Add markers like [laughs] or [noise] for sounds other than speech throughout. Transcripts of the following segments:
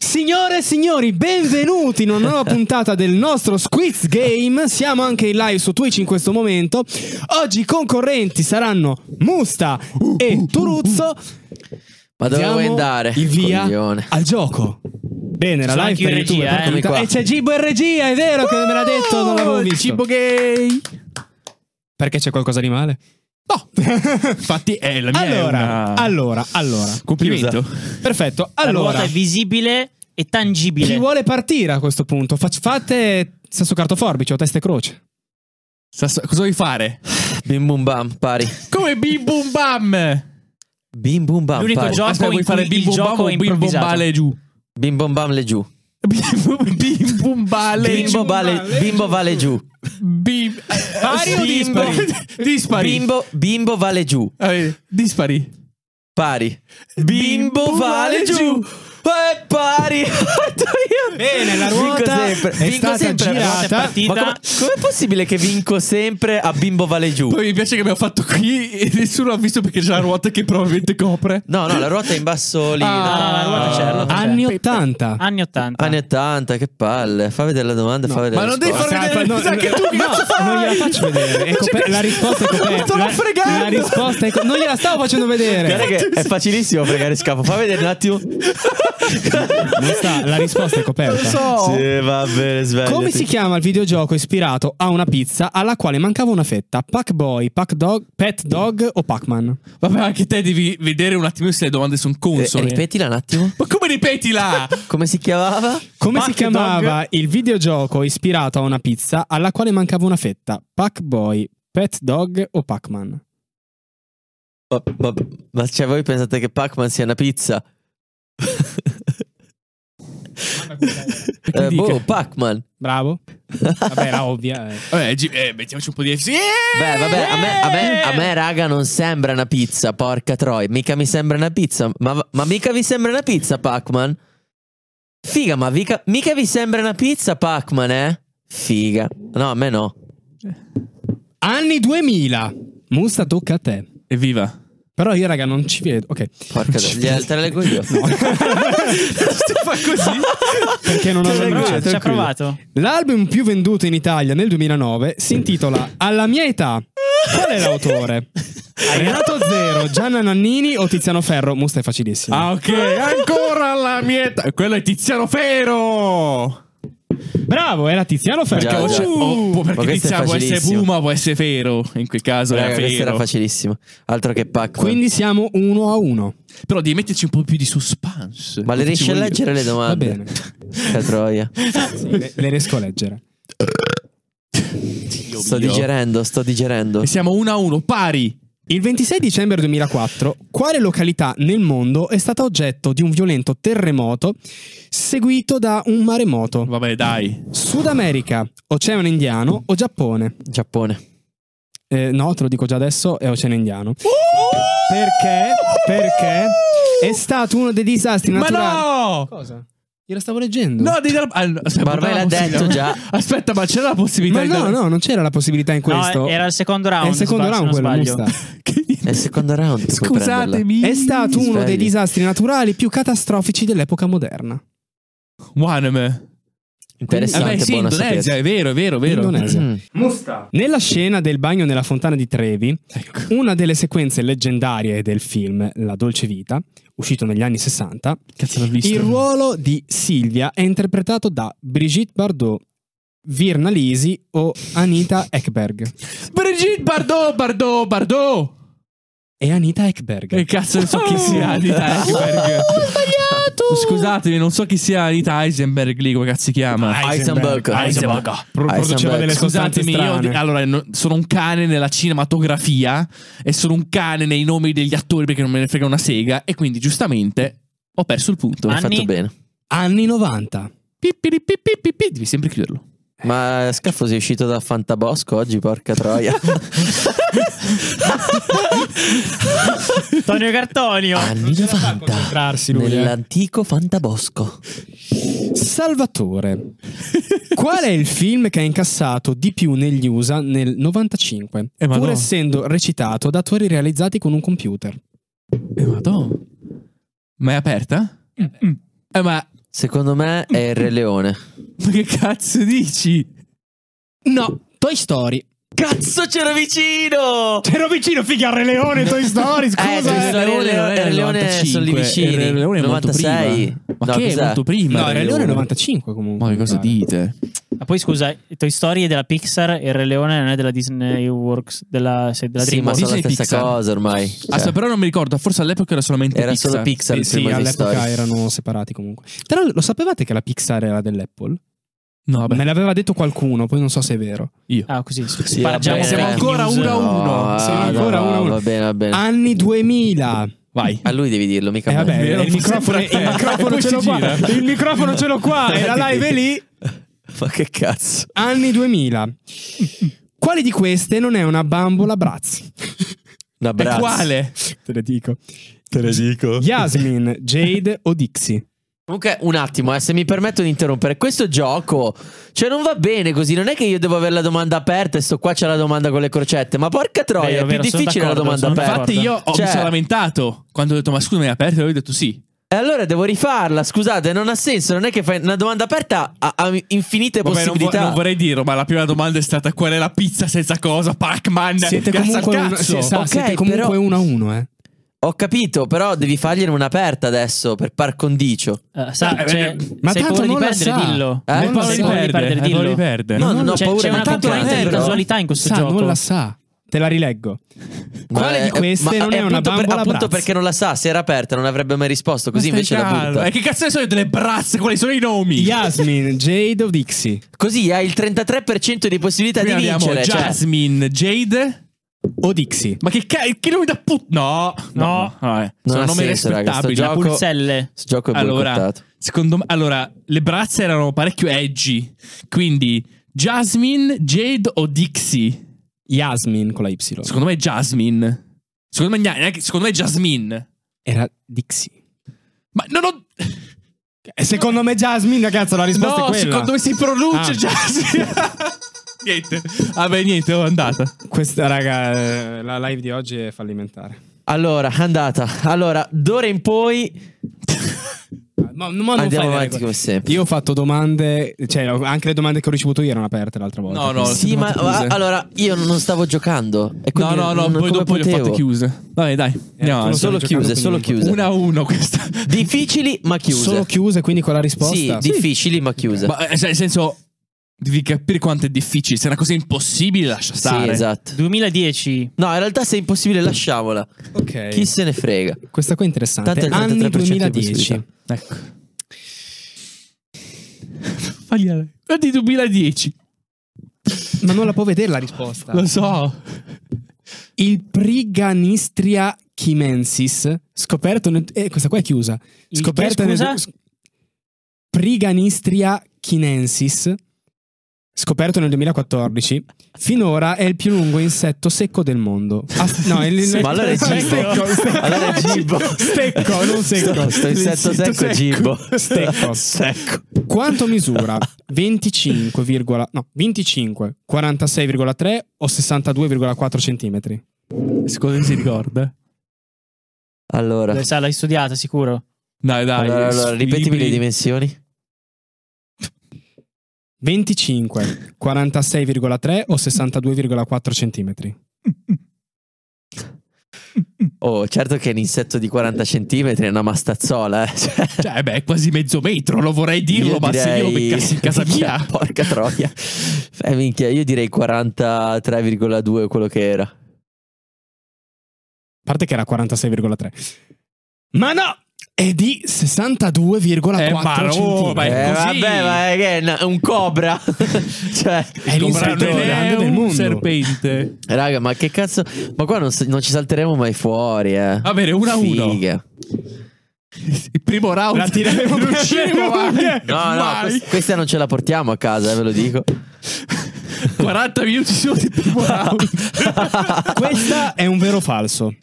Signore e signori, benvenuti in una nuova [laughs] puntata del nostro Squiz Game. Siamo anche in live su Twitch in questo momento. Oggi i concorrenti saranno Musta e Turuzzo. Ma dove Diamo vuoi andare? Il via Coglione. al gioco. Bene, Ci sono la anche live per in YouTube Uh, è regia, eh. partita. Eccomi qua. E c'è Gibo in regia, è vero che me l'ha detto, non l'avevo visto. Cibo gay. Perché c'è qualcosa di male? No. Infatti è la mia Allora, è una- allora, allora. Complimento. Perfetto. La Allora, ruota è visibile e tangibile. chi vuole partire a questo punto? Fac- fate sasso carto forbice o teste croce. Sasso- cosa vuoi fare? Bim bum bam, pari. Come bim bum bam! Bim bum bam, L'unico pari. gioco- Aspetta, in vuoi fare cui bim il bum gioco bam è o bim bum improvvisato. bale giù? [laughs] Bim bum bam le giù. Bim bum- bim bum bale Bimbo, giù. vale, bimbo vale giù. Bim... Pari o Bimbo- dispari? [laughs] dispari. Bimbo, bimbo vale giù. Eh, dispari. Pari. Bimbo vale giù. E pari. [laughs] Bene, la vinco ruota sempre. è vinco stata sempre. girata. Ma come com'è possibile che vinco sempre a bimbo vale giù? Poi mi piace che abbiamo fatto qui e nessuno ha visto perché c'è la ruota che probabilmente copre. No, no, la ruota è in basso lì. Ah, no, no, la ruota c'è. la ruota c'è. Anni 80. Anni 80. Ah, Anni 80, che palle. Fa vedere la domanda e fa vedere Ma la non devi risposta. fare vedere No, le cose no, che tu no, cazzo fai. Non gliela faccio vedere. È coper- la risposta è [laughs] coperta. stavo La- fregando. La risposta è co- non gliela stavo facendo Guarda vedere. che è facilissimo fregare scafo. Fa vedere un attimo. Non sta- la risposta è coperta. Sì, va bene, svegliati. Come si chiama il videogioco ispirato a una pizza alla quale mancava una fetta? Pac Boy, Pac Dog, Pet Dog o Pac-Man? Vabbè, anche te devi vedere un attimo se le domande sono Eh, consone. ripetila un attimo. Ma come ripetila? Come si chiamava? Come si Pac chiamava il videogioco ispirato a una pizza alla quale mancava una fetta? Pac Boy, Pet Dog o Pac-Man? Ma, ma- ma, cioè, voi pensate che Pac-Man sia una pizza? Eh, boh, Pac-Man. Bravo. Vabbè, [laughs] era ovvia. eh. Vabbè, gi- eh, mettiamoci un po' di FC. Beh, vabbè, a me, a me- a me, raga, non sembra una pizza. Porca troia, mica mi sembra una pizza. Ma, ma mica vi sembra una pizza, Pac-Man? Figa, ma mica, mica vi sembra una pizza, Pac-Man, eh? Figa. No, a me no. Anni 2000. Musta tocca a te. Evviva. Però io, raga, non ci vedo. Ok. [laughs] Porca troia, gli te la leggo io. Si fa così. Perché non ho [laughs] Ci ha la provato, luce. ci ha provato. L'album più venduto in Italia nel 2009 si intitola Alla mia età. Qual è [laughs] l'autore? Renato Zero, Gianna Nannini o Tiziano Ferro? Musta è facilissimo. Ah, ok. Ancora la mia età. Quello è Tiziano Fero. Bravo, era Tiziano Ferro. Già, Oh, già. cioè, oh, può- Ma perché questo è Tiziano può essere facilissimo. Puma, può essere Fero. In quel caso Raga, era questo era Fero. facilissimo. Altro che Pac-Man. Quindi siamo uno a uno. Però devi metterci un po' più di suspense. ma le riesci a leggere le Va domande? [laughs] bene. Porca troia. Le, le riesco a leggere. Sto digerendo, sto digerendo. E siamo 1 a 1, pari. Il 26 dicembre 2004, quale località nel mondo è stata oggetto di un violento terremoto seguito da un maremoto? Vabbè, dai. Sud America, Oceano Indiano o Giappone? Giappone. Eh, no, te lo dico già adesso, è Oceano Indiano. Perché? Perché è stato uno dei disastri Ma naturali. no! Cosa? Gliela stavo leggendo. No, devi dare... ah, no, aspetta, Ma ormai dai la l'ha detto possibilità. già. Aspetta, ma c'era la possibilità Ma di no, dare- no, non c'era la possibilità in questo. No, era il secondo round. È il secondo se round non quello, sbaglio. Musta. È il secondo round. tu puoi prenderla. Scusatemi. È stato uno dei svegli. disastri naturali più catastrofici dell'epoca moderna. Waname. Interessante, Vabbè, sì, buona Indonesia, sapersi. è vero, è vero, è vero. Indonesia. Mm. Nella scena del bagno nella fontana di Trevi, Ecco. una delle sequenze leggendarie del film La dolce vita, uscito negli anni 60, Cazzo, l'ho visto. il ruolo di Silvia è interpretato da Brigitte Bardot, Virna Lisi o Anita Ekberg. Brigitte Bardot, Bardot, Bardot. E Anita Ekberg. Che cazzo, non so chi sia [laughs] Anita Eisenberg. Scusatemi, non so chi sia Anita Eisenberg lì, come cazzo si chiama. Ecco. Heisenberg. Heisenberg. Pro- produceva Heisenberg. delle sostanze Ah, Scusatemi, io strane. allora, no- sono un cane nella cinematografia e sono un cane nei nomi degli attori perché non me ne frega una sega e quindi giustamente ho perso il punto. Hai fatto Anni? bene. Anni 90. Pippiri, pippiri, pippiri, [laughs] devi sempre chiuderlo. Ma Scaffo sei uscito da Fantabosco oggi, porca troia. Antonio Cartonio. Ah, Anni 90. Trarsi Nell'antico Fantabosco. Salvatore. Qual è il film che ha incassato di più negli USA nel 95? Eh, pur madonna. essendo recitato da attori realizzati con un computer. Mm, Eh, madonna. Ma è aperta? Eh, ma Secondo me è il Re Leone. Ma che cazzo dici? No, Toy Story. Cazzo, c'ero vicino! C'ero vicino, figa, Re Leone, Toy Story, Eh, Toy scusa. [laughs] eh. Story. Re Leone- non è Re del Leone 95, sono lì vicini. il Re Leone è molto 96. prima. Ma No, che è cos'è? molto prima? No, il Re Leone è 95 comunque. Eh. Ma che cosa mi pare. dite? Ma poi scusa, Toy Story è della Pixar e il Re Leone non è della Disney Works, della, se- della Sì, ma DreamWorks. sono la Disney stessa Pixar. cosa ormai. Ah, Cioè, sa, però non mi ricordo, forse all'epoca era solamente Era Pixar. solo Pixar. Sì, il Eh, sì, primo di all'epoca Story. erano separati comunque. Però lo sapevate che la Pixar era dell'Apple? No, vabbè. Me l'aveva detto qualcuno, poi non so se è vero. Ah, così. scusa. Sì, Parliamo vabbè. eh, di Siamo fake ancora news. uno a uno. No, Sì, ah, ancora no, uno a uno. Va bene, va Eh. bene. Anni 2000. Vai. A lui devi dirlo, mica Eh, a me. vabbè, vero, il microfono, sempre a te. [laughs] il microfono Poi ce si l'ho qua. gira. Il microfono ce l'ho [laughs] qua [laughs] e la live è lì. Ma che cazzo? Anni 2000. Quale di queste non è una bambola Bratz? Una E brazza. quale? Te le dico. Te lo dico. Yasmin, Jade o Dixie? [laughs] Comunque, un attimo, eh, se mi permetto di interrompere, questo gioco, cioè, non va bene così. Non è che io devo avere la domanda aperta e sto qua c'è la domanda con le crocette. Ma porca troia, è Vero, più vero, sono difficile la d'accordo, domanda sono aperta. d'accordo. Infatti io ho, Cioè- mi sono lamentato quando ho detto ma scusa mi hai aperto e lui ho detto sì. E allora devo rifarla, scusate, non ha senso. Non è che fai una domanda aperta ha, ha infinite Vabbè, non, vo- possibilità. non vorrei dirlo, ma la prima domanda è stata qual è la pizza senza cosa? Pac-Man. Siete Grazie al comunque, un, cazzo. sì, esatto. sa, Ok, siete comunque però- uno a uno, eh. Ho capito, però devi fargliene un'aperta adesso per par condicio. Eh, sa, Eh, cioè, ma se hai tanto paura di non la perdere, sa. dillo. Eh? Hai Non Non la paura sa. sei paura di di perdere, perdere, hai paura di dillo. perdere. No, Ma non eh, non- ho C'è, paura c'è ma una tanto non componente è di vero. casualità in questo Sa, gioco. non la sa. Te la rileggo. Ma Quale di eh, queste ma non è una appunto per- bambola Appunto Bratz? perché non la sa, se era aperta non avrebbe mai risposto, così stai invece la calmo. butta. E che cazzo ne so io delle brazze? Quali sono i nomi? Yasmin, Jade o Dixie? Così hai il 33% di possibilità Qui di abbiamo vincere. cioè. Jasmine, Jade. O Dixie? Ma che cazzo? Che nome da put? No, No. vabbè. sono ha nomi senso, raga, sto rispettabili. gioco- La pulizia- Pulselle. Questo gioco è Allora, boicottato. secondo me, allora, le brazze erano parecchio edgy. Quindi, Jasmine, Jade o Dixie? Yasmin con la Y. Secondo me, Jasmine. Secondo me, neanche- secondo me, Jasmine. Era Dixie. Ma non ho. E secondo me Jasmine, ragazzo, la risposta no, è quella. secondo me si pronuncia Ah. Jasmine. niente. Vabbè, niente, ho andata. Questa, raga, eh, la live di oggi è fallimentare. Allora, andata. Allora, d'ora in poi Ma, ma non fai andiamo le avanti regole. come sempre. Io ho fatto domande, cioè anche le domande che ho ricevuto io erano aperte l'altra volta. No, no, quindi- Sì, ma Siete molto ma- chiuse. allora io non stavo giocando. E No, quindi no, no, non- poi come dopo le ho potevo? fatte chiuse. Dai, dai. Andiamo Eh, tu lo stavi avanti. Solo giocando, chiuse, solo quindi- chiuse. Una a uno questa. Difficili ma chiuse. Solo chiuse, quindi con la risposta. Sì, difficili ma chiuse. Ma eh, nel senso, devi capire quanto è difficile. Se è una cosa impossibile, lascia stare. Sì, esatto. 2010. No, in realtà se è impossibile lasciamola. Ok. Chi se ne frega. Questa qua è Tanto interessante. è il Anni 33% di 2010. possibilità. Ecco. Fagliela. È di 2010. Ma non la può vedere la risposta. Lo so. Il Priganistria chimensis, scoperto nel... Eh, questa qua è chiusa. Il Scoperta che, nel... scusa? sc- Priganistria chinensis, scoperto nel 2014, finora è il più lungo insetto secco del mondo. As- no, [laughs] il- Sì, il- Ma allora è stecco, gibbo. stecco. Allora è gibbo. Stecco, non secco. Sto, sto insetto L'insetto secco, secco. gibbo. Stecco. Secco. Quanto misura? 25, virgola- no, 25, 46,3 o 62,4 centimetri? Secondo me si ricorda. Allora, Dai, sa, l'hai studiata sicuro. Dai, dai. allora, allora, sui ripetimi libri. le dimensioni. 25, 46,3 o 62,4 centimetri? Oh, certo che è un insetto di 40 centimetri è una mastazzola, eh. Cioè, Cioè, beh, è quasi mezzo metro, lo vorrei dirlo, io ma se io lo direi- beccassi [laughs] in casa Minchia, mia. Porca troia. Eh, minchia, io direi 43,2 quello che era. A parte che era 46,3. Ma no! È di 62,4 Eh, ma no, centimetri. ma è- Eh, così. vabbè, ma è che è una- un cobra. [laughs] cioè, È l'insetto più Compratene grande del eh, un mondo. serpente. raga, ma che cazzo? Ma qua non, s- non ci salteremo mai fuori, eh. Va bene, uno a uno. Figa. Il primo round. La tireremo [laughs] non [laughs] usciremo mai. No, no, Mai. quest- questa non ce la portiamo a casa, eh, ve lo dico. [laughs] 40 minuti solo di primo round. Questa è un vero falso.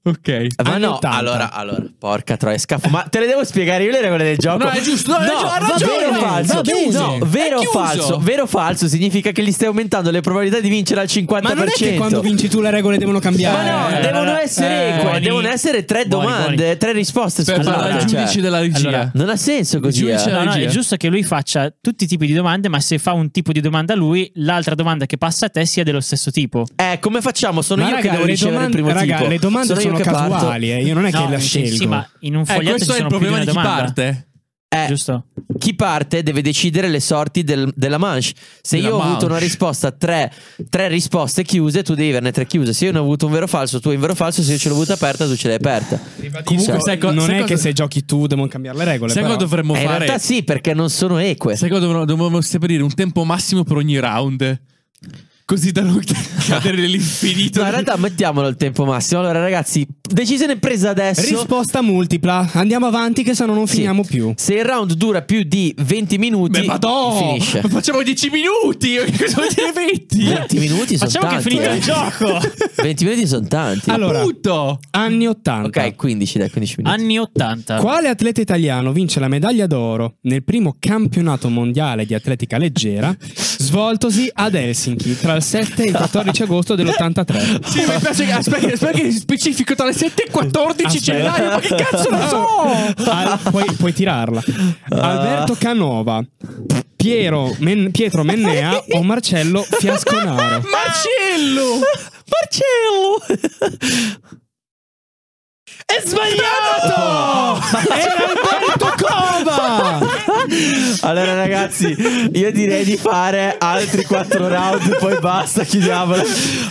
Ok. Ma Anni no, 80. allora, allora, porca troia, scafo. Ma te le devo spiegare io le regole del gioco? No, è giusto, no, No, è giu- ha va ragione, vero o va falso? bene. No, È vero o chiuso. falso? Vero o falso significa che gli stai aumentando le probabilità di vincere al 50%. Ma non è che quando vinci tu le regole devono Ma cambiare. no, Eh, devono eh, essere eque, buoni. devono essere tre Buoni, domande, buoni. tre risposte Per scusate, parlare ai cioè, giudici della regia. allora, Non ha senso così. giudice eh. della Cioè, No, no, è regia. giusto che lui faccia tutti i tipi di domande, ma se fa un tipo di domanda a lui, l'altra domanda che passa a te sia dello stesso tipo. Eh, come facciamo? Sono Ma io raga, che devo le ricevere il domande, primo raga, tipo. le domande io sono, che parto. casuali, eh. io non è che No, la sì, scelgo. Sì, ma in un Eh, foglietto ci questo è il sono più problema una di chi domanda, parte. Eh, Giusto? chi parte deve decidere le sorti del- della manche. Se Della io ho avuto manche. una risposta, tre, tre risposte chiuse, tu devi averne tre chiuse. Se io ne ho avuto un vero falso, tu hai un vero falso. Se io ce l'ho avuta aperta, tu ce l'hai aperta. Comunque, Sai co- non sai è cosa- che se giochi tu devono cambiare le regole. Sai però. cosa dovremmo Eh, in fare? realtà sì, perché non sono eque. Sai cosa dovremmo, dovremmo stabilire? Un tempo massimo per ogni round. Così da non [laughs] cadere nell'infinito. No, in realtà mettiamolo il tempo massimo. Allora, ragazzi, decisione presa adesso. Risposta multipla. Andiamo avanti, che se no non Sì. finiamo più. Se il round dura più di 20 minuti, Beh, ma no! [laughs] finisce. Facciamo 10 minuti! [laughs] Cosa vuol dire 20? 20 minuti sono Facciamo che è tanti. finito eh. il gioco. [laughs] 20 minuti sono tanti. Allora, Appunto! anni 80. ok, ecco. 15 dai, 15 minuti. Anni 80. Quale atleta italiano vince la medaglia d'oro nel primo campionato mondiale di atletica [laughs] leggera svoltosi ad Helsinki tra il 7 e il 14 agosto dell'83? Sì, mi piace che- aspetta, aspetta che specifico tra le 7 e 14 Aspetta. gennaio, ma che cazzo ne so? Al- puoi, puoi tirarla. Alberto Canova, Piero Men- Pietro Mennea o Marcello Fiasconaro? [laughs] Marcello! [laughs] Marcello! È [laughs] sbagliato! Era Alberto Cova! Allora ragazzi, io direi di fare altri 4 round, poi basta, chiudiamola.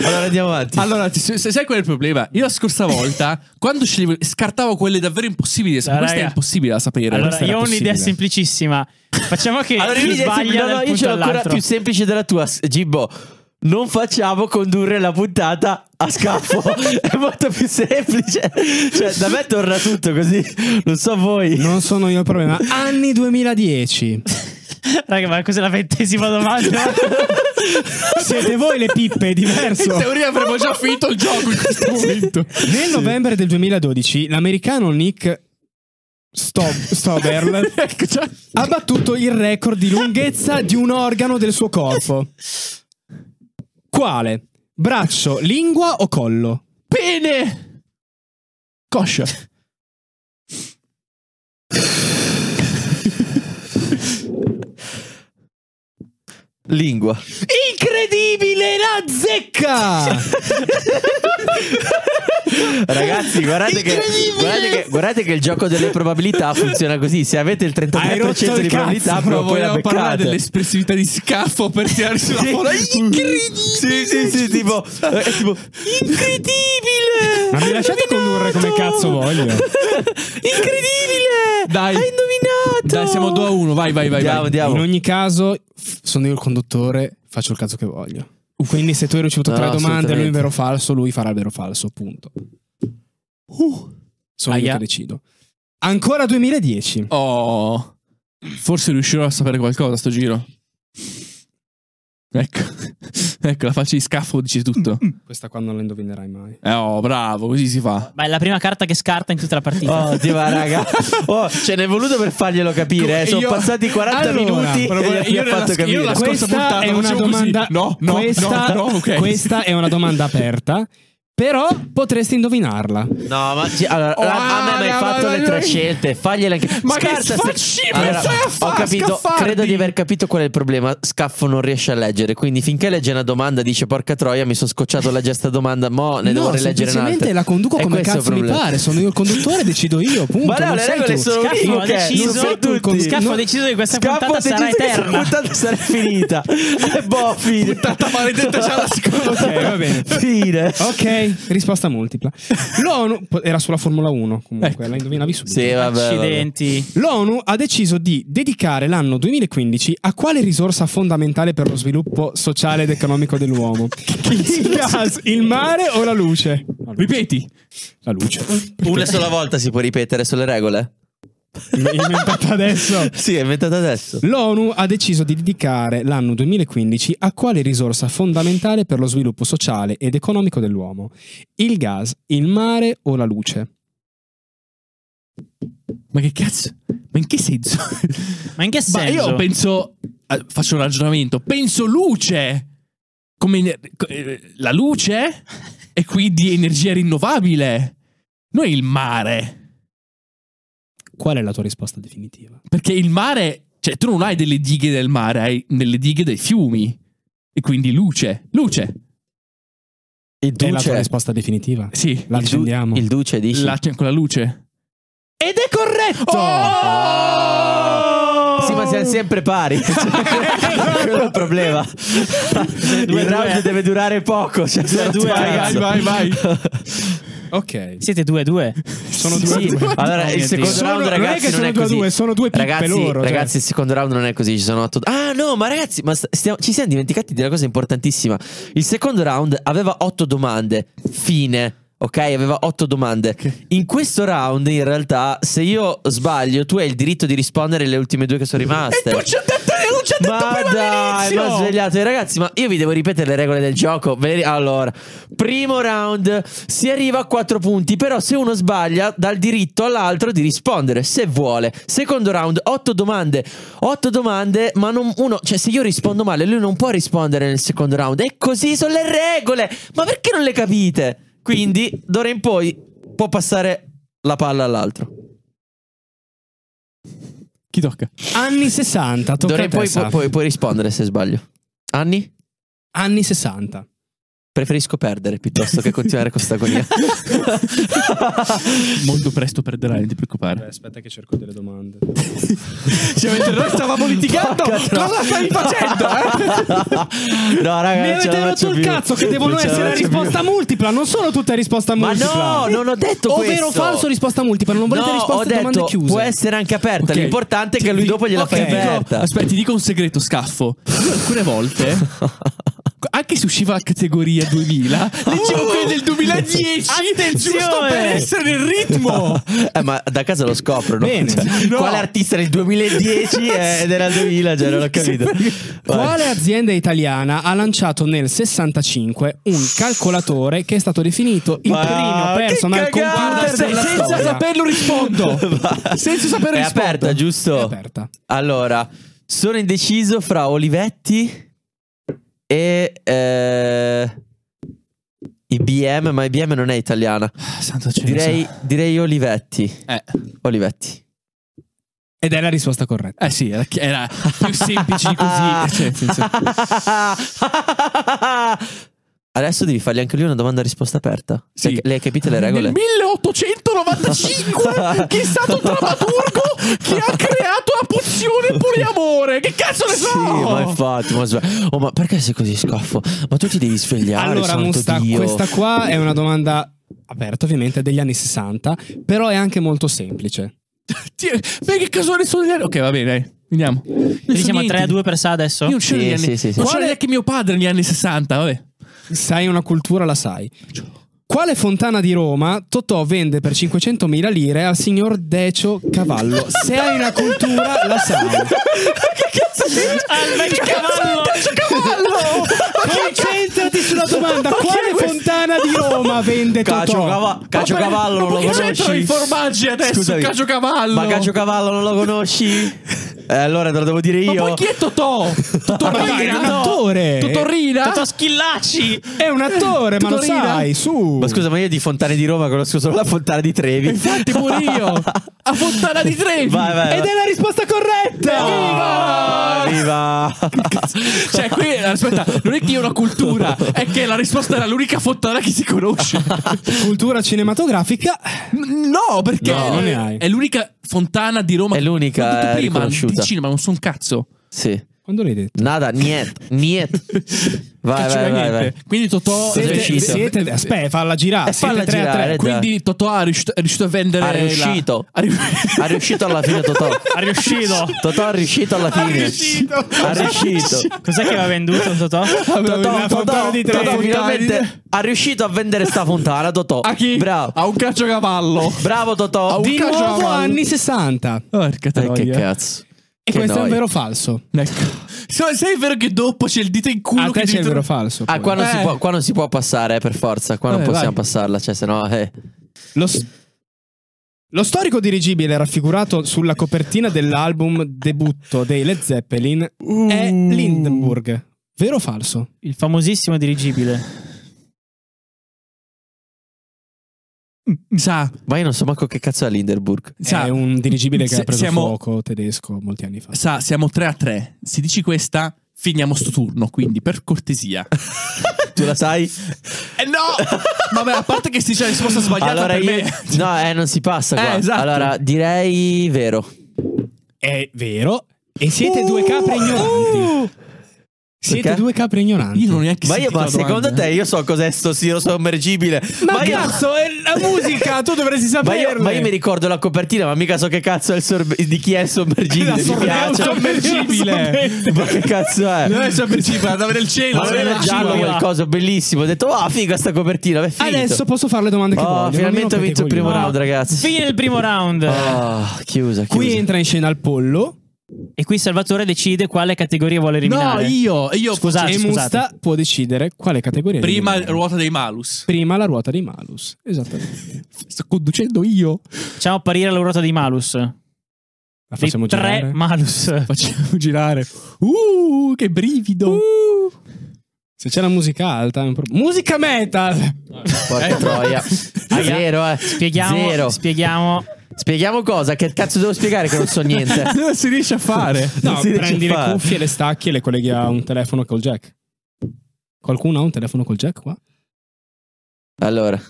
Allora andiamo avanti. Allora, ti- se- se- sai qual è il problema? Io la scorsa volta, quando sceglievo, scartavo quelle davvero impossibili. Ah, questa è raga. impossibile da sapere. Allora, Questa era io ho un'idea possibile. semplicissima. Facciamo che Allora, chi mi direi sbaglia sempre- no, dal no, io punto ce l'ho ancora all'altro. più semplice della tua, s- Gibbo. Non facciamo condurre la puntata a scafo. [laughs] È molto più semplice. Cioè, da me torna tutto così. Non so voi. Non sono io il problema. Anni 2010. Raga, ma cos'è la ventesima domanda? [laughs] Siete voi le pippe, è diverso. In teoria avremmo già finito il gioco in questo momento. Nel novembre del 2012 l'americano Nick Stob- Stoberl [laughs] Ecco, già. ha battuto il record di lunghezza di un organo del suo corpo. Quale? Braccio, lingua o collo? Pene! Coscia. Lingua. Incredibile, la zecca! Ragazzi, guardate che, Incredibile! guardate, che, guardate che il gioco delle probabilità funziona così. Se avete il Hai rotto il 33% di cazzo, probabilità, Però prima o poi la volevo parlare beccate. dell'espressività di scafo per tirare sulla folla. Incredibile! Sì, sì, sì, tipo, eh, è tipo incredibile! Ma mi lasciate Hai indovinato! condurre come cazzo voglio. incredibile! Dai. Hai indovinato! Dai, siamo 2 a 1, vai, vai, vai. Andiamo, vai. andiamo. In ogni caso, f- sono io il conduttore, faccio il cazzo che voglio. Quindi se tu hai ricevuto No, tre no, domande, lui assolutamente. vero o falso, lui farà il vero o falso, punto. Uh. sono io Aia. che decido. Ancora 2010. Oh, forse riuscirò a sapere qualcosa sto giro. Ecco, [laughs] ecco la faccia di scafo dice tutto. Questa qua non la indovinerai mai. Eh, oh, bravo, così si fa. ma è la prima carta che scarta in tutta la partita. Oh, ti va, raga. Oh, ce n'è voluto per farglielo capire. eh. Sono Io- passati 40 Allora, minuti però e gli io ha nella- fatto io capire. la- scorsa Questa puntata è una facevo domanda. così. No, no, questa, no, no, ok. questa è una [laughs] domanda aperta. Però potresti indovinarla. No, ma ci- allora, Oh, a me mi ah, hai fatto ma- le ma- tre scelte. Fagliela anche. Ma che Scarta se- sfaccino stai a Ho fare, capito, Scaffardi? credo di aver capito qual è il problema. Scaffo non riesce a leggere. Quindi, finché legge una domanda, dice: Porca troia, mi sono scocciato la gesta domanda. Mo ne devo no, rileggere semplicemente un'altra. la conduco È come questo cazzo il mi problema. pare. Sono io il conduttore, decido [laughs] io. Punto. Ma no, non le sei regole tu. sono Scaffo uniche. ha deciso- non sei tu il Scaffo conduttore. Scaffo ha deciso che questa Scaffo puntata ha deciso sarà che questa eterna. puntata sarà finita. E boh, fine. Puntata maledetta già la seconda. Ok, [laughs] va bene. Fine. Ok, risposta multipla. L'ONU era sulla Formula 1 comunque, Ecco. la indovinavi subito. Sì, vabbè, vabbè. Accidenti. L'ONU ha deciso di dedicare l'anno 2015 a quale risorsa fondamentale per lo sviluppo sociale ed economico dell'uomo? [laughs] Il gas, il mare o la luce? Ripeti. La luce. Una sola volta si può ripetere sulle regole? L'hai inventata adesso. Sì, è inventato adesso. L'ONU ha deciso di dedicare l'anno 2015 a quale risorsa fondamentale per lo sviluppo sociale ed economico dell'uomo? Il gas, il mare o la luce? Ma che cazzo? Ma in che [laughs] senso? Ma in che Ma senso? io penso. eh, Faccio un ragionamento. Penso luce. Come ener- co- eh, la luce è quindi energia rinnovabile. Noi il mare. Qual è la tua risposta definitiva? Perché il mare. Cioè, tu non hai delle dighe del mare, hai delle dighe dei fiumi. E quindi luce. Luce. Il È la tua duce. risposta definitiva? Sì. La il, du- accendiamo. il duce dici. La, con la luce. Ed è corretto! Oh! Sì, ma siamo sempre pari. Cioè, quello è il problema. due, il round due. deve durare poco. Cioè, sono due, sto Vai, cazzo. vai, vai, vai. Ok. Siete due a due. Sono Sì, due a sì. due. Allora, Oh, il mio secondo round, Dio. Sono- non è ragazzi, che sono due a così. due, sono due pippe ragazzi, loro, cioè. ragazzi, il secondo round non è così. Ci sono otto. Ah, no, ma ragazzi, ma st- stiamo- ci siamo dimenticati di una cosa importantissima. Il secondo round aveva otto domande. Fine. Ok, aveva otto domande. In questo round, in realtà, se io sbaglio, tu hai il diritto di rispondere alle ultime due che sono rimaste. Non ci ho detto, non ci ho certo detto Ma prima dai, all'inizio! ma svegliato, Eh, ragazzi. Ma io vi devo ripetere le regole del gioco. Ve le- Allora, primo round si arriva a 4 punti. Però, se uno sbaglia, dà il diritto all'altro di rispondere se vuole. Secondo round, 8 domande. 8 domande, ma non uno. Cioè, se io rispondo male, lui non può rispondere nel secondo round. E così sono le regole. Ma perché non le capite? Quindi, d'ora in poi, può passare la palla all'altro. Chi tocca? Anni 60, tocca D'ora a in te, poi pu- Saf. puoi- puoi rispondere se sbaglio. Anni? Anni 60. Preferisco perdere piuttosto che continuare con questa [laughs] agonia. Molto presto perderai, non ti preoccupare. Eh, aspetta che cerco delle domande. Cioè, mentre noi stavamo litigando, Porca tro- cosa stavi facendo? no, raga, eh? Mi non ce avete la rotto faccio il più. cazzo che Non devono ce la essere la faccio risposta multipla, non sono tutte risposta più. Ma multipla. no, non ho detto questo. Ovvero falso risposta multipla, non volete No, ho risposte a detto, domande chiuse. Può essere anche aperta. Ok. L'importante è che Ti lui dico- dopo gliela ok, fai ecco, ti dico- aperta. Aspetta, ti dico un segreto, scaffo. Io alcune [laughs] volte, anche se usciva la categoria 2000, Oh! leggevo quelle del 2010. Giusto Attenzione! per essere in ritmo. [laughs] eh, ma da casa lo scoprono. Bene. Cioè, No. Quale artista nel 2010 è- ed era il 2000? Cioè, non ho capito. Vai. Quale azienda italiana ha lanciato nel 65 un calcolatore che è stato definito il Ma primo che personal cagata, computer se- della senza storia? saperlo rispondo. Va. Senza sapere È rispondo. aperta, giusto? È aperta. Allora, sono indeciso fra Olivetti e eh, IBM, ma IBM non è italiana. Santo cielo. Direi, direi Olivetti. Eh. Olivetti. Ed è la risposta corretta. Eh sì, era, chi- era più semplice [laughs] di così. Cioè, nel senso- Adesso devi fargli anche lui una domanda a risposta aperta. Sì. Perché Lei ha capito le regole? Nel [laughs] 1895 chi è stato il drammaturgo che ha creato la pozione poliamore? Che cazzo ne so? Sì, ma infatti, ma sve- oh, ma perché sei così scoffo? Ma tu ti devi svegliare, allora, santo Musta, Dio. questa qua è una domanda aperta, ovviamente, degli anni 60, però è anche molto semplice. Ti- Ma che cazzo ne so? degli- Ok, va bene, dai, andiamo. Quindi siamo a 3 a 2 per Sa adesso? Io non c'ero Sì, negli anni. sì, sì, sì. Non c'era Quale- neanche mio padre negli anni 60, vabbè. Sai una cultura, la sai. Quale fontana di Roma Totò vende per 500.000 lire al signor Decio Cavallo? Se hai una cultura, la sai. Al Ah, vecchio cavallo! Concentrati sulla domanda. Quale fontana di Roma vende Totò? Cacio, cava- Cacio Vabbè, Cavallo non ma lo che c'entrano conosci? i formaggi adesso? Scusami. Cacio Cavallo. Ma Cacio Cavallo non lo [laughs] conosci? Eh, allora te lo devo dire Ma io. poi chi è Totò? [laughs] Totò Ma dai, è un Rina? attore. Totò Rina? Totò Schillacci! È un attore, ma lo Tutto rida? sai, su. Ma scusa, ma io di Fontane di Roma conosco solo la Fontana di Trevi. [laughs] Infatti pure io. A Fontana di Trevi. Vai, vai. Ed è la risposta corretta. Viva! Viva! Cioè, qui aspetta, non è che io ho una cultura, è che la risposta era l'unica fontana che si conosce. Cultura cinematografica. No, perché No, non ne hai. è l'unica fontana di Roma. È l'unica, L'ho detto eh, prima riconosciuta. di cinema, non so un cazzo. Sì. Quando l'hai detto? Nada, niente, niente. Vai, Cacciatura vai, vai, vai. niente. Quindi Totò Siete- è Siete, uscito? siete, aspetta, falla girare. Eh, falla Siete 3 a 3. girare. Quindi Totò è riuscito, è riuscito a vendere Ha riuscito. la- [laughs] ha ri- Ha riuscito alla fine Totò. Ha riuscito. Totò è riuscito alla fine. Ha riuscito. Cos'è che aveva venduto Totò? Totò, Una fontana Totò, di tre Totò fontane. finalmente ha riuscito a vendere sta fontana, Totò. A chi? Bravo. A un caciocavallo. Bravo Totò. A un Di Caccia nuovo alla mano. anni 60. Porca Eh, che troia. cazzo. E Che questo è un noia. vero falso. Ecco. So- Sai è vero che dopo c'è il dito in culo A te che c'è devi il tro- vero falso. Ah, poi. qua non, si Eh. può, qua non si può passare, eh, per forza. Qua non Eh, possiamo vai. passarla, cioè, sennò. Eh. Lo, s- lo storico dirigibile raffigurato sulla copertina dell'album debutto dei Led Zeppelin Uh. è Lindenburg. Vero o falso? Il famosissimo dirigibile. Sa, Ma io non so manco che cazzo è Linderburg. sa, è un dirigibile che se- ha preso siamo- fuoco tedesco molti anni fa. sa, siamo 3 a 3. Se dici questa, finiamo sto turno, quindi per cortesia. Tu la sai? Eh [laughs] no! Vabbè, a parte che se c'è la risposta sbagliata allora per io. me... No, eh, non si passa qua. Eh, esatto. Allora, direi vero. È vero. E siete due capre Uh, ignoranti. uh. Siete Perché? due capre ignoranti. Io non ho neanche Ma io, sentito ma la domanda, secondo eh. te, io so cos'è sto siro sommergibile. Ma, io- cazzo, è [laughs] la musica, tu dovresti Ma saperlo. io, ma io mi ricordo la copertina, ma mica so che cazzo è il sorbe- di chi è il sommergibile. La Mi sorbe- piace. sommergibile. ma che cazzo è? Non è sempre sì, ad avere il cielo. Ma era era giallo scivola. quel coso bellissimo. Ho detto, ah, figa sta copertina. È finito. Adesso posso fare le domande che voglio. oh, non mi finalmente ho rompete i vinto il primo coglioni. round, ragazzi. Fine il primo round. Ah, chiusa, chiusa. Qui entra in scena il pollo E qui Salvatore decide quale categoria vuole No, eliminare. io, io Scusate, e scusate. Musta può decidere quale categoria. prima eliminare. ruota dei malus. prima la ruota di Malus. Esattamente. [laughs] Sto conducendo io. Facciamo apparire la ruota di Malus. La Dei facciamo girare. tre Malus. Facciamo girare. Uh, che brivido. Se c'è la musica alta, è un pro- musica metal. Eh, Porca Eh, [laughs] troia. Raga, Zero, eh. Spieghiamo, Zero. Ah, spieghiamo. Spieghiamo cosa? Che cazzo devo spiegare che [laughs] non so niente? [laughs] Non si riesce a fare. Non No, si riesce prendi a le fare. cuffie, le stacchi e le colleghi a un telefono col jack. Qualcuno ha un telefono col jack qua? Allora.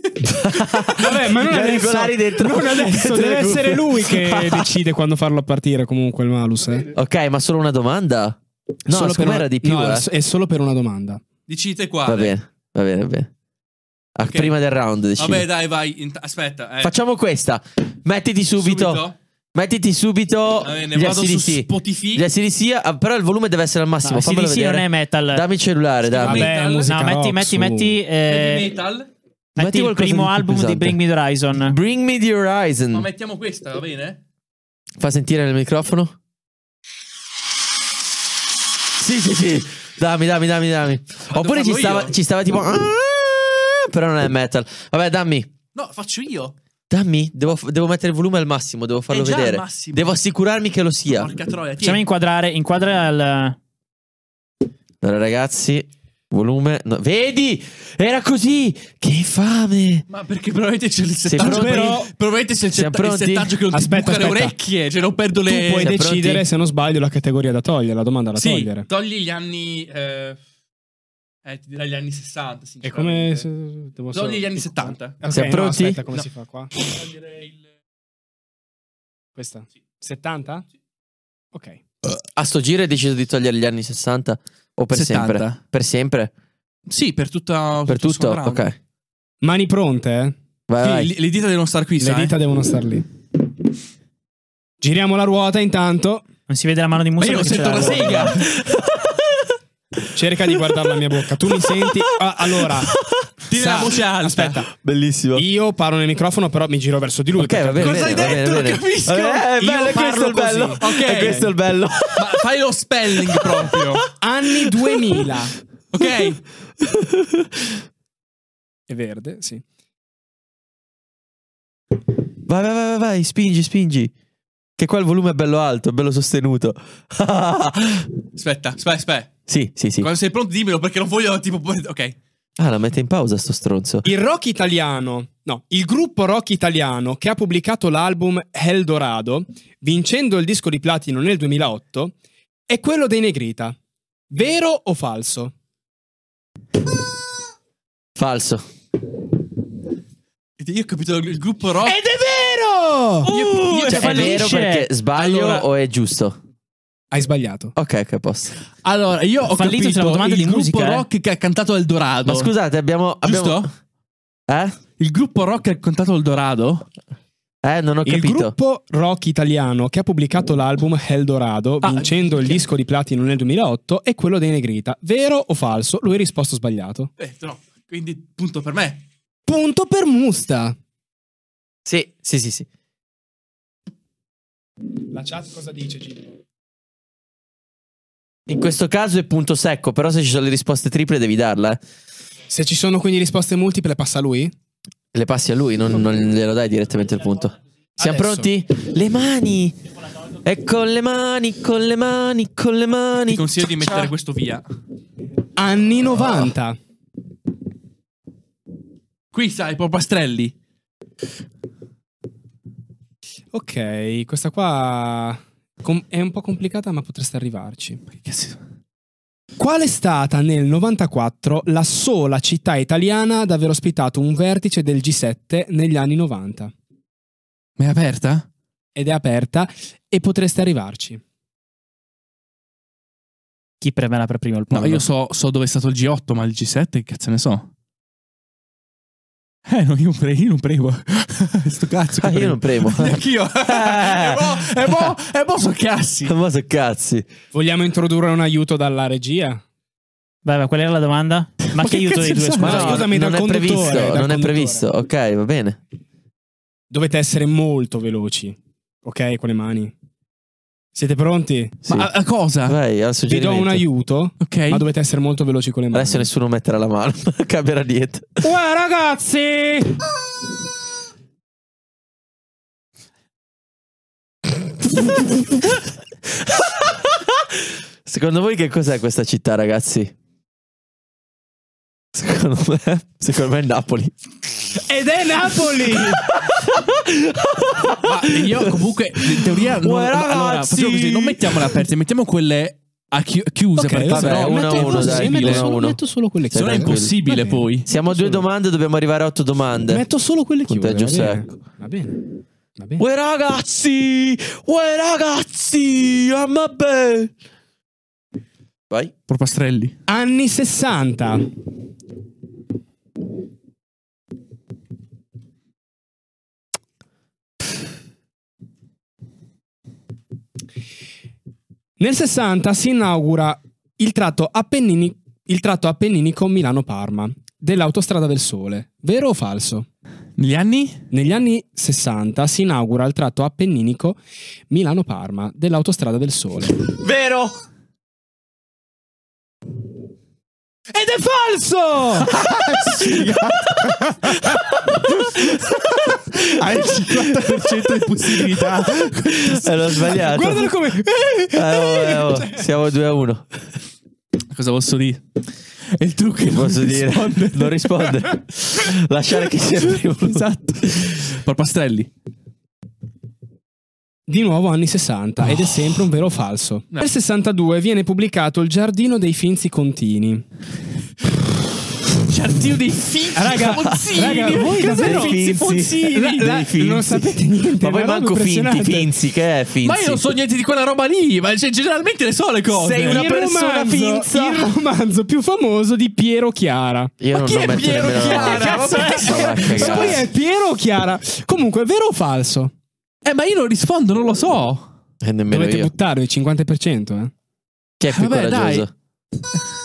Vabbè, ma non Gli adesso, auricolari dentro- non adesso dentro deve [laughs] le cuffie. essere lui che decide quando farlo partire comunque il malus. eh. [laughs] Ok, ma solo una domanda? No, Solo per secondo una- me era di più, no, eh. è solo per una domanda. Dicite qua. Va bene, va bene, va bene. A Ok. Prima del round, decidi. Vabbè, dai, vai. Int- aspetta. eh. Facciamo questa. Mettiti subito. Mettiti subito. Oh, Va bene, gli Eh, vado su ACDC. Spotify. Gli ACDC, ah, però il volume deve essere al massimo. No, fammelo CDC non vedere. è metal. Dammi il cellulare, dammi. Vabbè, Vabbè, no, musica no, metti, rock, metti, su. metti, eh, Heavy metal. metti il qualcosa di primo più album di pesante. Bring Me the Horizon. Bring me the horizon. Mm. Ma mettiamo questa, va bene? Fa sentire nel microfono. Sì, sì, sì. Dammi, dammi, dammi, dammi. Oppure ci farlo stava, io? ci stava tipo. "Ah", Però non è metal. Vabbè, dammi. No, faccio io. Dammi. Devo, devo mettere il volume al massimo. Devo farlo È già al vedere. massimo. Devo assicurarmi che lo sia. Porca troia. Facciamo tieni. inquadrare, inquadra il... Allora, ragazzi, volume. no- Vedi? Era così. Che infame. Ma perché probabilmente c'è il settaggio. pronti? Però, probabilmente c'è il, Siamo setta- il pronti? settaggio che non Aspetta, ti buca le aspetta. orecchie. Cioè, non perdo le. Tu puoi Siamo decidere, pronti? se non sbaglio, la categoria da togliere, la domanda da sì, togliere. togli gli anni. Eh, eh, ti direi gli anni cioè, 60. È come. sinceramente. se- Devo Togli solo- gli anni 70. Ok, Siamo no, pronti? aspetta, come No. si fa qua? Togliere il- Questa? 70? Ok. A sto giro hai deciso di togliere gli anni 60? O per 70. sempre? Per sempre? Sì, per tutta. Per il tutto? suo round. Ok. Vai, Mani pronte, eh? vai. [laughs] Sì, le- le dita devono star qui, Le sai? dita devono star lì. Giriamo la ruota intanto. Non si vede la mano di Ma Musa io non perché sento c'è una la- sega. Cerca di guardare la mia bocca. Tu mi senti? Ah, allora, Tieni Sa- la voce alta. aspetta. Bellissimo. Io parlo nel microfono, però mi giro verso di lui. Ok, perché- va bene. Cosa hai bene, va detto? bene, Non bene. capisco. Eh, è Io bello, è questo parlo il bello. così. Ok. È questo il bello. [laughs] Ma fai lo spelling proprio. Anni 2000. Ok. È verde, sì. Vai, vai, vai, vai, vai, spingi, spingi. Che qua il volume è bello alto, è bello sostenuto. [laughs] Aspetta, aspetta, aspetta. sì, sì, sì. Quando sei pronto, dimmelo perché non voglio. Tipo. Ok. Ah, la mette in pausa sto stronzo. Il rock italiano, no, il gruppo rock italiano che ha pubblicato l'album Eldorado, vincendo il disco di platino nel 2008, è quello dei Negrita. Vero o falso? Falso. Io ho capito il gruppo rock. Ed è vero! Io- io- Uh, cioè, È vero fallisce. perché sbaglio Allora- o è giusto? Hai sbagliato. Ok, ok, posto. Allora, io ho Fallito capito sulla domanda il di gruppo musica, eh. rock che ha cantato Eldorado. Ma scusate, abbiamo. abbiamo- Boh. giusto? Eh? Il gruppo rock che ha cantato Eldorado? Eh, non ho Il capito. gruppo rock italiano che ha pubblicato l'album Eldorado, Ah, vincendo il ok. disco di platino nel 2008, è quello dei Negrita. Vero o falso? Lui ha risposto sbagliato. Eh, no. Quindi, punto per me. Punto per Musta. Sì, sì, sì, sì. La chat cosa dice, Gino? In questo caso è punto secco, però se ci sono le risposte triple devi darla. eh. Se ci sono quindi risposte multiple, passa lui? Le passi a lui, non, non glielo dai direttamente il punto. Siamo Adesso. pronti? Le mani! E con le mani, con le mani, con le mani. Ti consiglio di Ciao, mettere ciao. questo via. Anni 90. Qui sai, Pastrelli. Ok, questa qua com- è un po' complicata, ma potreste arrivarci. Qual è stata nel 94 la sola città italiana ad aver ospitato un vertice del G7 negli anni 90? Ma è aperta? Ed è aperta e potreste arrivarci. Chi premerà per primo il No, pollo? io so, so dove è stato il G8, ma il G7 che cazzo ne so? Eh, no, io, pre- io non prego. [laughs] Sto cazzo. che Ah, io non premo. [laughs] Neanch'io. [laughs] e mo, e mo, e mo so cazzi. Ma so cazzi. Vogliamo introdurre un aiuto dalla regia? Vai, vai, qual era la domanda? Ma, Ma che che aiuto cazzo dei due? ne so? Ma Scusa. no, scusami, non dal è conduttore, previsto, dal non è conduttore. previsto. Ok, va bene. Dovete essere molto veloci, ok? Con le mani. Siete pronti? Sì. Ma ah, a, a cosa? Vai, al Vi do suggerimento. un aiuto, Ok. ma dovete essere molto veloci con le mani. Adesso nessuno metterà la mano, [laughs] cambierà niente. Uè, ragazzi! Secondo voi che cos'è questa città, ragazzi? Secondo me, secondo me è Napoli. Ed è Napoli! [laughs] Ma io comunque in teoria non, Uè, allora, ragazzi! facciamo così, non mettiamole aperte, mettiamo quelle a chi- chiuse Ok, perché vabbè, sennò uno a metto- uno, sì, dai, metto, uno a solo, uno. metto solo quelle Sì, chiuse. sennò è dai, impossibile Va bene. poi. Siamo a due domande, dobbiamo arrivare a otto domande. Metto solo quelle chiuse. Punteggio va bene. secco. Va bene. Va bene. Uè ragazzi! Uè ragazzi! Ah, vabbè! Vai. Propastrelli. Anni 60. Nel 60 si inaugura il tratto, appennini- il tratto appenninico Milano-Parma dell'autostrada del Sole. Vero o falso? Negli anni? Negli anni 60 si inaugura il tratto appenninico Milano-Parma dell'autostrada del Sole. Vero! Ed è falso! [laughs] Ah, Hai il 50% di possibilità. Eh, l'ho Ah, sbagliato. Guardalo come... Eh, oh, eh, oh, Siamo 2 a 1. [laughs] Cosa posso dire? È il trucco che Posso [laughs] dire? Non rispondere. Lasciare che [laughs] sia il primo. Esatto. Propastrelli. Di nuovo anni 60 ed è sempre un vero falso. No. Nel 62 viene pubblicato Il giardino dei finzi contini. Giardino dei figli. Raga, raga, voi davvero- Finzi. La- la- Dei finzi. non sapete niente, Ma poi una roba manco finti, impressionante. finzi, che è finzi? Ma io non so niente di quella roba lì. Ma cioè, generalmente le so le cose. Sei una Il persona romanzo- finza. Il romanzo più famoso di Piero Chiara. Io Ma non chi lo è metto Piero nemmeno- Chiara? Ma Ma va a perché- cagare. Ma poi è Piero Chiara. Comunque, vero o falso? Eh, ma io non rispondo, non lo so. E nemmeno Dovete io. buttare il 50%, eh? Chi è più Vabbè, dai. coraggioso?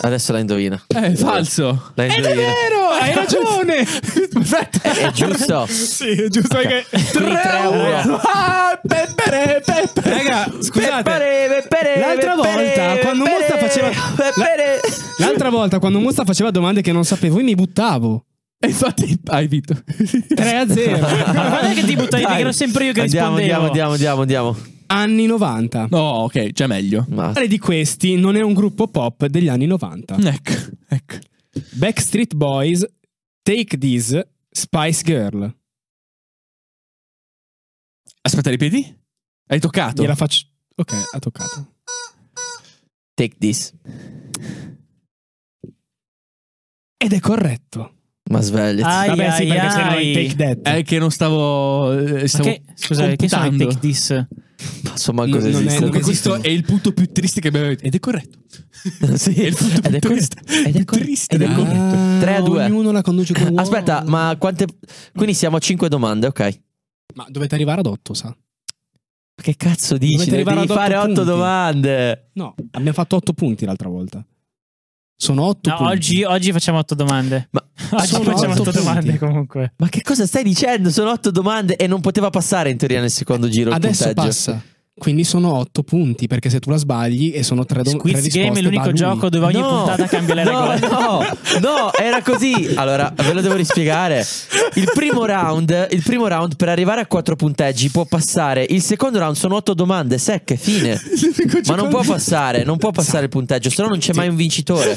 Adesso la indovina. Eh, è falso. La Ed è indovina. vero, hai ragione. Perfetto. È giusto. sì, è giusto che Quindi tre a uno. Ah, peppere, peppere. Raga, scusate. Peppere, peppere, L'altra peppere, volta, quando peppere, Musta faceva- peppere. L'altra volta quando Musta faceva domande che non sapevo, io mi buttavo. E infatti hai vinto. 3 a 0. Ma non è che ti buttavi Dai. perché ero sempre io che Andiamo, rispondevo. andiamo, andiamo, andiamo, andiamo. anni 90. No, ok, già meglio. Ma Quale di questi non è un gruppo pop degli anni 90? Ecco, ecco. Backstreet Boys, Take This, Spice Girl. Aspetta, ripeti? Hai toccato? Gliela faccio. Ok, ha toccato. take this. Ed è corretto. Ma svegliati. Ai, Vabbè, sì, ai, perché se no ai. Eh, è Take That. È che non stavo... eh, Ma stavo che, scusa, che sono i computando. take this? Insomma, No, cosa non è- esiste? non Questo esistono. è il punto più triste che abbiamo detto. Eh, Ed è corretto. [laughs] Sì, È il punto più ed è corretto, triste- ed è più corretto, triste ed è del corretto. Ah, 3 a 2. Ognuno la conduce con uomo. [laughs] Aspetta, ma quante. Quindi siamo a 5 domande, ok. Ma dovete arrivare ad 8, sa? Ma Che cazzo dici? Dovete Ne arrivare Devi ad otto fare 8 punti. domande. No, abbiamo fatto 8 punti l'altra volta. Sono 8 No, punti. oggi, oggi facciamo otto domande. Ma- [laughs] oggi Sono facciamo otto otto domande punti. comunque. Ma che cosa stai dicendo? Sono 8 domande e non poteva passare in teoria nel secondo giro. il Adesso punteggio. passa. Quindi sono 8 punti, perché se tu la sbagli e sono 3 domande. Squid Game è [laughs] l'unico gioco dove ogni No, puntata cambia le regole. No, no, no, era così. Allora, ve lo devo rispiegare. Il primo round, il primo round per arrivare a 4 punteggi può passare. Il secondo round sono 8 domande secche, fine. Ma non può passare, non può passare il punteggio, se no non c'è mai un vincitore.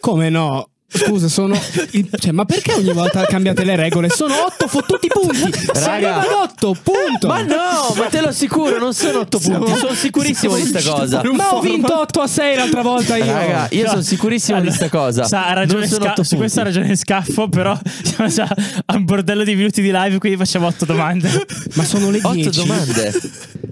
Come no? Scusa, sono. il- Cioè, ma perché ogni volta cambiate le regole? Sono 8 fottuti punti! Si Raga. arriva ad 8, punto! Ma no, ma te lo assicuro, non sono 8 punti, sono sicurissimo di sta cosa. Ma ho vinto 8 a 6 l'altra volta io! Raga, io No. sono sicurissimo di sta cosa. Sa, ha ragione non sono Sca- 8 su punti. questo ha ragione Scaffo, però [laughs] siamo già a un bordello di minuti di live, quindi facciamo otto domande. Ma sono le 10. Otto domande.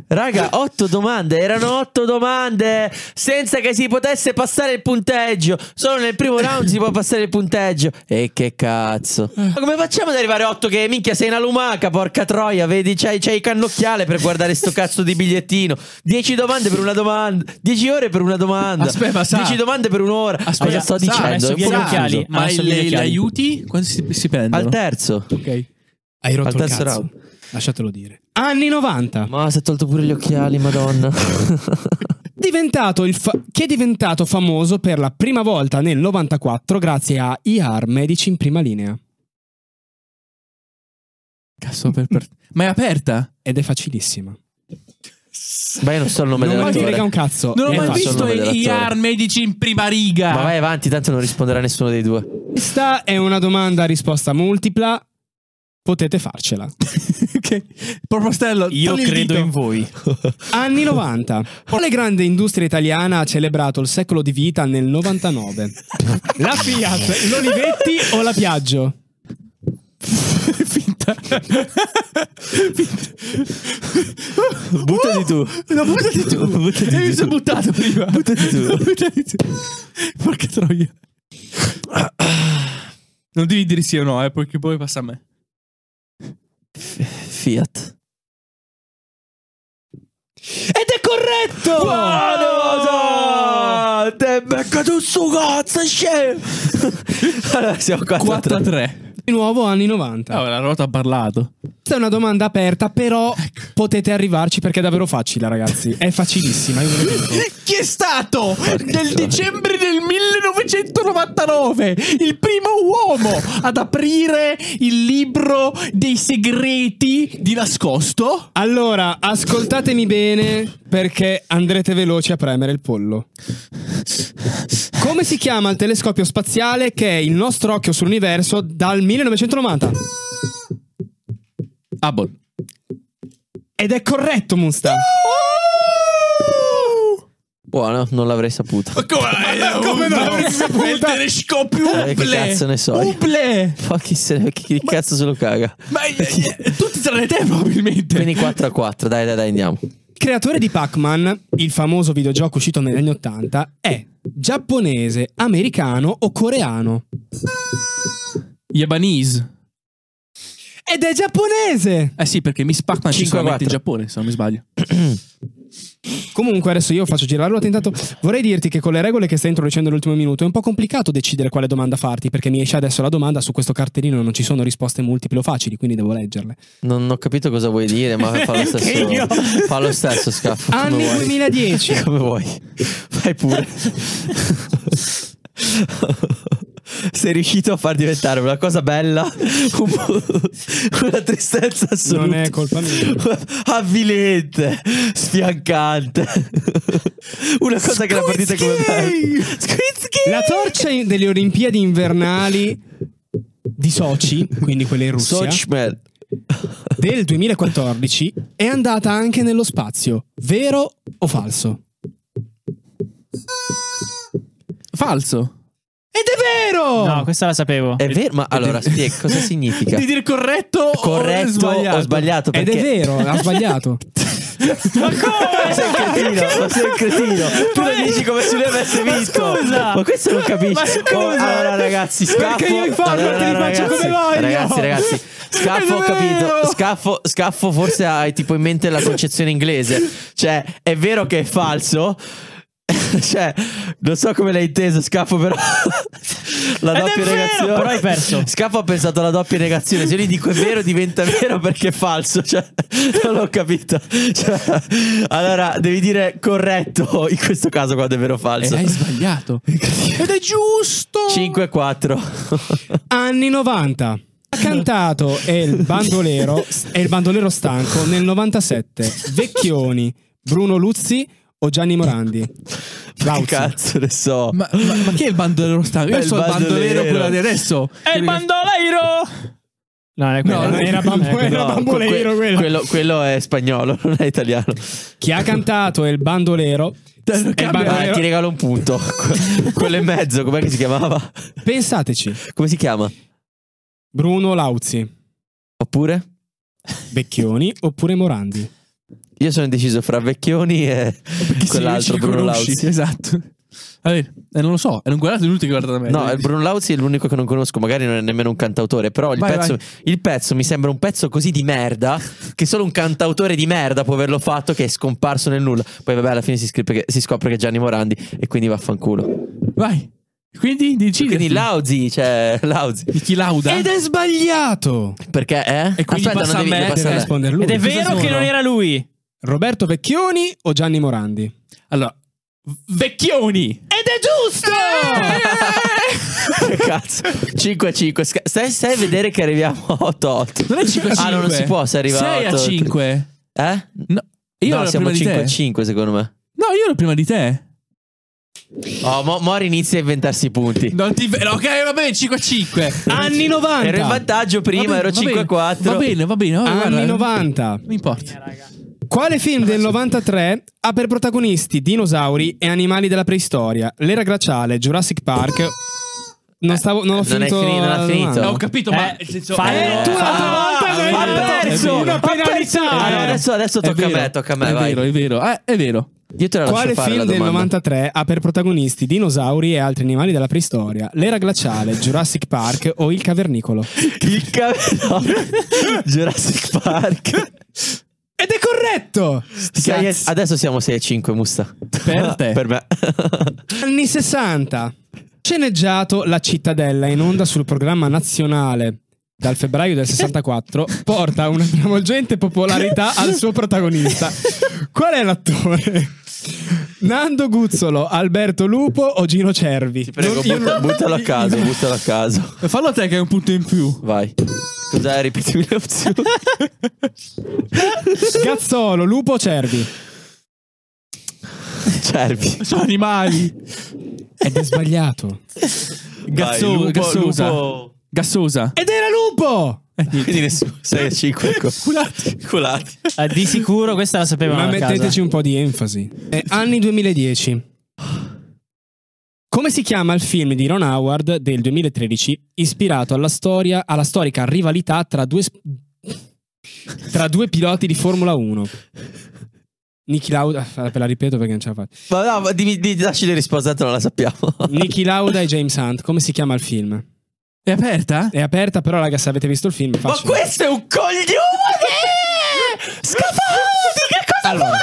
Raga, otto domande. Erano otto domande senza che si potesse passare il punteggio. Solo nel primo round si può passare il punteggio. E che cazzo. Ma come facciamo ad arrivare a otto? Che minchia, sei una lumaca, porca troia. Vedi, c'hai, c'hai il cannocchiale per guardare sto cazzo di bigliettino. Dieci domande per una domanda. Dieci ore per una domanda. Aspetta, ma sa- Dieci domande per un'ora. Aspetta, Cosa sto sa, dicendo? adesso È via gli confuso. occhiali. Ma Adesso le, viene le chiaro. aiuti? Quando si, si prendono? Al terzo. Ok. Hai rotto Al il terzo cazzo. round. Lasciatelo dire. Anni 90. Ma si è tolto pure gli occhiali, [laughs] madonna. Diventato il fa- che è diventato famoso per la prima volta nel 94 grazie a IAR Medici in prima linea. Cazzo, per- per- Ma è aperta? Ed è facilissima. Ma io non so il nome non mi dell'autore. frega un cazzo. Non ho È mai faccio facile. il visto nome i dell'attore. IR medici in prima riga. Ma vai avanti, tanto non risponderà nessuno dei due. Questa è una domanda a risposta multipla. Potete farcela. Ok. Propostello, togli il dito. voi. Anni 90. Quale grande industria italiana ha celebrato il secolo di vita nel 99? La Fiat, l'Olivetti o la Piaggio? Finta. Finta. [laughs] Buttati tu. No, buttati tu. Buttati E mi tu. sono buttato prima. Buttati tu. Buttati tu. Porca troia. Non devi dire sì o no, eh, perché poi passa a me. [laughs] Fiat. Ed è corretto! Buono! Te beccato su cazzo, scemo! [laughs] Allora siamo 4 a 4 a 3. 3. Di nuovo anni 90. Ah, la ruota ha parlato. Questa è una domanda aperta, però potete arrivarci perché è davvero facile, ragazzi. È facilissima. io ve lo dico. [laughs] Chi è stato nel troia. dicembre del 1999 il primo uomo ad aprire il libro dei segreti di nascosto? Allora, ascoltatemi bene perché andrete veloci a premere il pollo. Come si chiama il telescopio spaziale che è il nostro occhio sull'universo dal 1990? Hubble. Ed è corretto, Musta. Buono, non l'avrei saputo. Ma come, come non l'avresti saputa? Il telescopio Eh, che Hubble. cazzo ne so io? [laughs] Hubble. Ma chi, se ne, chi cazzo se lo caga? Ma eh, tutti tranne te probabilmente. Quindi 4 a 4, dai, dai, dai, andiamo. Creatore di Pac-Man, il famoso videogioco uscito negli anni 80, è giapponese, americano o coreano? Japanese. Ed è giapponese! Eh sì, perché Miss Pac-Man ci Cinque a sono in quattro. Giappone, se non mi sbaglio. Comunque adesso io faccio girare l'ho tentato. Vorrei dirti che con le regole che stai introducendo all'ultimo minuto è un po' complicato decidere quale domanda farti, perché mi esce adesso la domanda su questo cartellino non ci sono risposte multiple o facili, quindi devo leggerle. Non ho capito cosa vuoi dire, ma [laughs] fa lo stesso. io. fa lo stesso scaffo. come Anni vuoi. 2010. [laughs] Come vuoi. Fai pure. Sei riuscito a far diventare una cosa bella un po- una tristezza assoluta. Non è colpa mia. Avvilente, sfiancante. Una cosa che la partita come Squid bella. Game! La torcia in- delle Olimpiadi invernali di Sochi, quindi quelle in Russia, Sochman. del 2014 è andata anche nello spazio. Vero o falso? Falso. Ed è vero! No, questa la sapevo. È vero, ma allora spiega cosa [laughs] significa? Di dire corretto, Corretto o sbagliato. o sbagliato? Ed [laughs] Perché è vero, ha sbagliato. Ma come? sei un cretino, ma sei un cretino. Tu lo dici come se lui avesse Ma vinto. scusa! Ma questo non capisci. Ma scusa! Oh, allora, ragazzi, scafo. Perché io i format Allora, li faccio ragazzi, come voglio. Ragazzi, ragazzi, scafo, ho È capito. vero. Scafo, scafo, forse hai tipo in mente la concezione inglese. Cioè, è vero che è falso. [laughs] Cioè, non so come l'hai inteso, Scafo, però. [laughs] la Ed è doppia vero, negazione. però hai perso. Scafo ha pensato alla doppia negazione. Se io gli dico è vero, diventa vero perché è falso. Cioè, non l'ho capito. Cioè, allora, devi dire corretto in questo caso quando è vero o E falso. Eh, hai sbagliato. Ed è giusto. 5-4. Anni 90. Ha cantato e il bandolero e il bandolero stanco nel 97. Vecchioni, Bruno Luzzi o Gianni Morandi? Ma Che Lauzi. cazzo ne so. Ma, ma- ma chi è il bandolero stanco? Beh, Io il so il bandolero bandolero. quello di adesso. È il bandoleiro! No, non è quello. No, non è era quello. bambolero. Era bambolero que- quello. quello. quello è spagnolo, non è italiano. Chi ha cantato e il bandolero? e il Ah, ti bandolero regalo un punto. Que- quello e mezzo, com'è che si chiamava? pensateci, Come si chiama? Bruno Lauzi, Oppure? Vecchioni oppure Morandi? Io sono indeciso fra Vecchioni e Perché se quell'altro riesci, Bruno riconosci. Lauzi. Esatto. Allora, eh, non lo so, eh, non guardate l'ultimo che guarda da me. No, il Bruno Lauzi è l'unico che non conosco, magari non è nemmeno un cantautore, però il, Vai, pezzo, il pezzo mi sembra un pezzo così di [laughs] merda che solo un cantautore di merda può averlo fatto che è scomparso nel nulla. Poi vabbè alla fine si, scopre che, si scopre che è Gianni Morandi e quindi vaffanculo. Vai. Quindi decidi. Quindi Lauzi, [laughs] cioè Lauzi. Di chi lauda? Ed è sbagliato! Perché eh? E quindi Aspetta, passa non a devi devi me, Deve passare a me. rispondere lui. Ed è vero sono? che non era lui. Ed Roberto Vecchioni o Gianni Morandi? Allora, Vecchioni. è giusto! [laughs] Che cazzo. 5-5. Sca- Stai, stai a vedere che arriviamo a 8-8. Non è 5 a 5. Ah, no, non si può se arriva 6 a 8. 5. Eh? No, io no, ero siamo prima di 5 te. 5 secondo me. No, io ero prima di te. Oh, mo- Mori inizia a inventarsi i punti. Non ti... no, Ok, vabbè, 5 a 5. [laughs] Anni 90! Ero in vantaggio prima, ero 5 4. Va bene, va bene. va bene, Anni guarda. 90. Non Eh, importa. Quale film del 93 ha per protagonisti dinosauri e animali della preistoria? L'era glaciale, Jurassic Park. Non, stavo, non ho Eh, non è finito. finito, non ha la finito. domanda. No, ho capito, ma... Eh, nel senso- fallo. Eh, tu l'altra Ah, volta ah, l'hai ha detto. perso, Una ha perso. penalità. Eh, no, adesso, adesso è tocca a vero, me, tocca a me, È vai. vero, è vero. Eh, è vero. Io te la lascio Quale fare film la del domanda. 93 ha per protagonisti dinosauri e altri animali della preistoria? L'era glaciale, Jurassic Park o Il cavernicolo? [laughs] Il cavolo [laughs] Jurassic Park. Ed è corretto! Sti cazzi. Adesso siamo 6 5, Musta. [laughs] Per te. per me. Anni 60. Sceneggiato La cittadella in onda sul programma nazionale dal febbraio del [laughs] 64 porta una travolgente popolarità al suo protagonista. Qual è l'attore? Nando Guzzolo, Alberto Lupo o Gino Cervi? Ti prego, Non- io butta- non- buttalo a caso, buttalo a caso. [laughs] Fallo a te che è un punto in più. Vai. Cos'è? Ripetimi le opzioni. Gazzolo, Lupo o Cervi? Cervi. Sono animali. Ed è sbagliato. Gazzo- Vai, lupo, gassosa. lupo. Gassosa. Eh, Ed era Lupo! Quindi nessuno. 6 5. Culati. ecco. Culati. Ah, di sicuro questa la sapevano Ma a casa. metteteci un po' di enfasi. Eh, anni 2010. Come si chiama il film di Ron Howard del 2013 ispirato alla storia, alla storica rivalità tra due, sp- tra due piloti di Formula 1? Nicky Lauda, ah, ve la ripeto perché non ce la faccio. Ma no, ma dimmi, di, dacci le risposte, tanto non [laughs] la sappiamo. Nicky Lauda e James Hunt, come si chiama il film? È aperta? È aperta però, raga, se avete visto il film è Ma facile. questo è un coglione! Scafati, che cosa Allora, fai?